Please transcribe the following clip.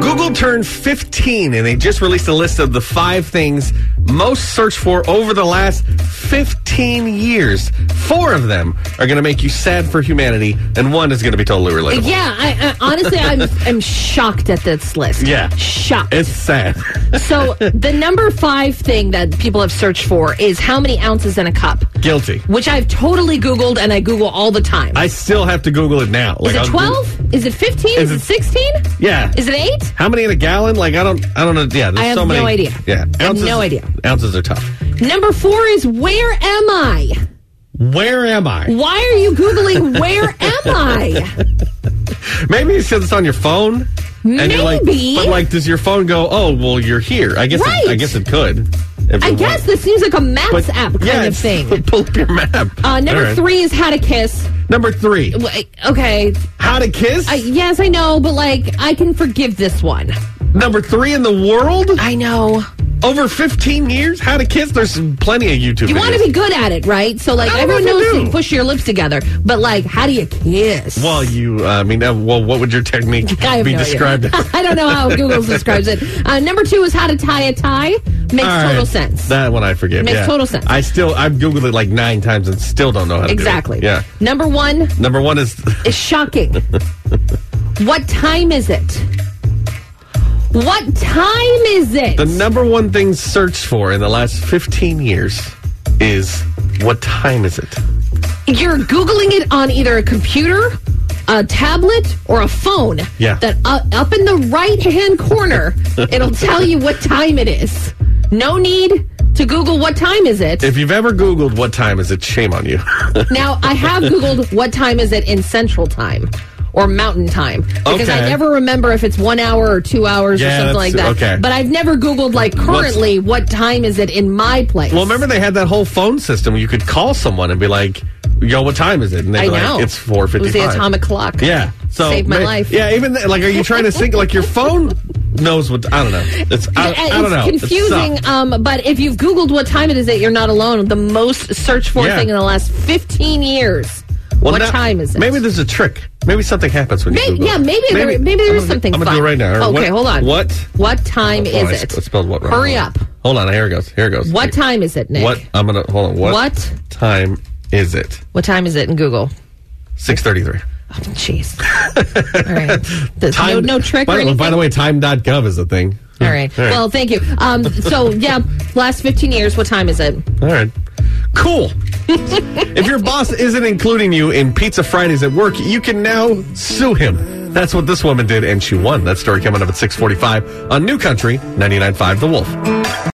Google turned 15 and they just released a list of the five things most searched for over the last 15 years. Four of them are going to make you sad for humanity, and one is going to be totally relatable. Yeah, I, I, honestly, I'm I'm shocked at this list. Yeah. shocked. It's sad. so the number five thing that people have searched for is how many ounces in a cup, Guilty. which I've totally Googled and I Google all the time. I still have to Google it now. Like is it I'll Goo- 12? Is it 15? Is Is it- it 16? Yeah. Is it eight? How many in a gallon? Like I don't, I don't know. Yeah, there's I have so many. no idea. Yeah, I have no idea. Ounces are tough. Number four is where am I? Where am I? Why are you Googling where am I? Maybe it's because it's on your phone. And you're like, Maybe. but like, does your phone go? Oh, well, you're here. I guess. It, I Right. guess it could. if I it guess wanted. this seems like a maps But- app kind yeah, of it's- thing. Pull up your map. Uh, number All right. three is how to kiss. Number three. W- Okay. How to kiss? I, yes, I know, but like, I can forgive this one. number three in the world. I know. Over 15 years. How to kiss? There's plenty of YouTube. You want to videos. be good at it, right? So, like, I don't know everyone if I knows do. to push your lips together, but like, how do you kiss? Well, you. Uh, I mean, uh, well, what would your technique I have be no idea. described? as? I don't know how Google describes it. Uh, number two is how to tie a tie. Makes All total right. sense. That one I forgive. Makes yeah. total sense. I still I've googled it like nine times and still don't know how to exactly. do it. Yeah. Number one Number one is is shocking. what time is it? What time is it? the number one thing searched for in the last fifteen years is what time is it? You're Googling it on either a computer, a tablet, or a phone. Yeah. That uh, up in the right hand corner, it'll tell you what time it is. No need to Google what time is it. If you've ever Googled what time is it, shame on you. Now, I have Googled what time is it in Central Time or Mountain Time because Okay. I never remember if it's one hour or two hours Yeah, or something like that. that's- okay. But I've never Googled, like, currently, what time is it in my place? well, remember they had that whole phone system. You could call someone and be like, "Yo, what time is it?" And they'd I be know. like, "It's 4.55. It was the atomic clock. Yeah. So Saved my ma- life. Yeah. Even th- like, are you trying to sync? like your phone knows what? I don't know. It's I, Yeah, I don't know. It uh, It's confusing, sucked. um, but if you've Googled what time it is that you're not alone, the most searched for Yeah. thing in the last 15 years. Well, what now- time is it? Maybe there's a trick. Maybe something happens when you May- Google. yeah, it. maybe, there, maybe there is I'm gonna- something I'm gonna fun. do it right now. Okay, What- hold on. What? What time Oh, I is it? sp- spelled what wrong. Hurry Hold on. up. Hold on. Here it goes. Here it goes. What time is it, Nick? What? I'm gonna hold on. What, What? time is it? What time is it in Google? Six thirty-three. Oh, Jeez. All right. There's Time. no, no trick By, or the- anything. by the way, time.gov is a thing. All right. All right. Well, thank you. Um, so, yeah, last 15 years, what time is it? All right. Cool. if your boss isn't including you in Pizza Fridays at work, you can now sue him. That's what this woman did, and she won. That story coming up at 645 on New Country 99.5 The Wolf.